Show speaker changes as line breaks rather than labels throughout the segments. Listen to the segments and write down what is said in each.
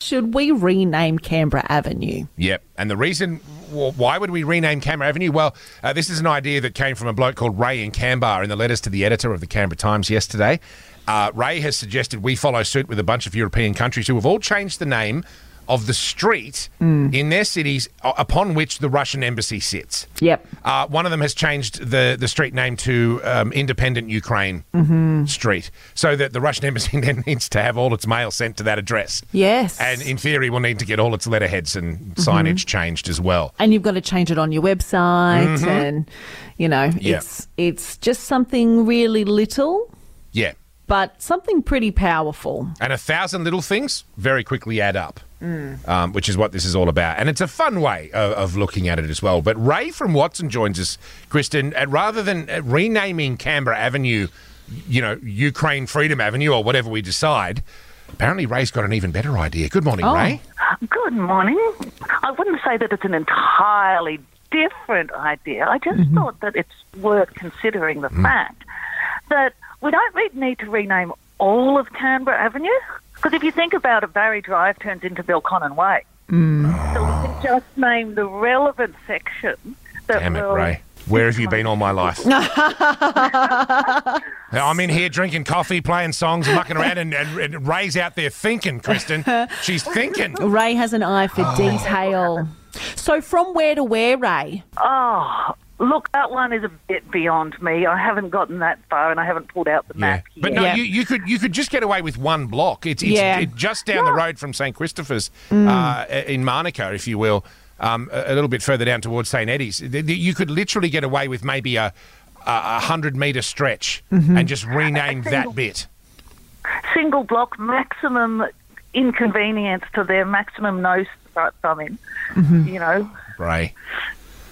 Should we rename Canberra Avenue?
Yep. And the reason well, why would we rename Canberra Avenue? Well, uh, this is an idea that came from a bloke called Ray in Canberra in the letters to the editor of the Canberra Times yesterday. Uh, Ray has suggested we follow suit with a bunch of European countries who have all changed the name of the street in their cities uh, upon which the Russian embassy sits.
Yep.
Uh, one of them has changed the, the street name to um, Independent Ukraine Street, so that the Russian embassy then needs to have all its mail sent to that address.
Yes.
And in theory, we'll need to get all its letterheads and signage changed as well.
and you've got to change it on your website and you know
Mm-hmm. Yeah.
it's it's just something really little
Yeah.
but something pretty powerful
And a thousand little things very quickly add up, um, which is what this is all about. And it's a fun way of, of looking at it as well. But Ray from Watson joins us, Kristen. And rather than uh, renaming Canberra Avenue, you know, Ukraine Freedom Avenue or whatever we decide, apparently Ray's got an even better idea. Good morning,
Oh.
Ray.
Good morning. I wouldn't say that it's an entirely different idea. I just
Mm-hmm.
thought that it's worth considering the
Mm.
fact that we don't re- need to rename all of Canberra Avenue because if you think about it, Barry Drive turns into Belconnen Way.
Mm.
So we can just name the relevant section that
Damn it,
will
Ray. Where have you been all my life? I'm in here drinking coffee, playing songs, mucking around, and, and, and Ray's out there thinking, Kristen. She's thinking.
ray has an eye for
Oh.
detail so from where to where ray
Oh, look, that one is a bit beyond me. I haven't gotten that far, and I haven't pulled out the map yet.
But no,
Yeah.
you, you could you could just get away with one block. It's, it's
Yeah. Mm.
it, just down the road from St Christopher's uh, in Monaco, if you will, um, a, a little bit further down towards St Eddie's. Th- th- You could literally get away with maybe a a hundred meter stretch
Mm-hmm.
and just rename that bit.
single block maximum inconvenience to their maximum nose right thumb in. You know,
Ray,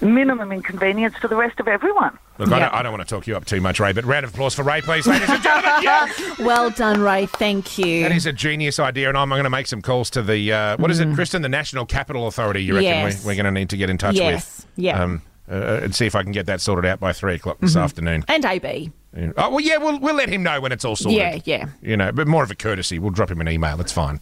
minimum inconvenience to the rest of everyone.
look, I,
Yeah.
don't, I don't want to talk you up too much, Ray, but round of applause for Ray, please, ladies and gentlemen. Yes!
well done ray thank you
That is a genius idea, and I'm going to make some calls to the uh, what is it, Kristen? The National Capital Authority. You reckon
Mm. Yes.
we, we're going to need to get in touch
Yes.
with?
Yeah. Mm-hmm.
Um, uh, and see if I can get that sorted out by three o'clock this afternoon.
and ab
Oh well, yeah, we'll we'll let him know when it's all sorted.
yeah yeah
You know, but more of a courtesy. We'll drop him an email. It's fine.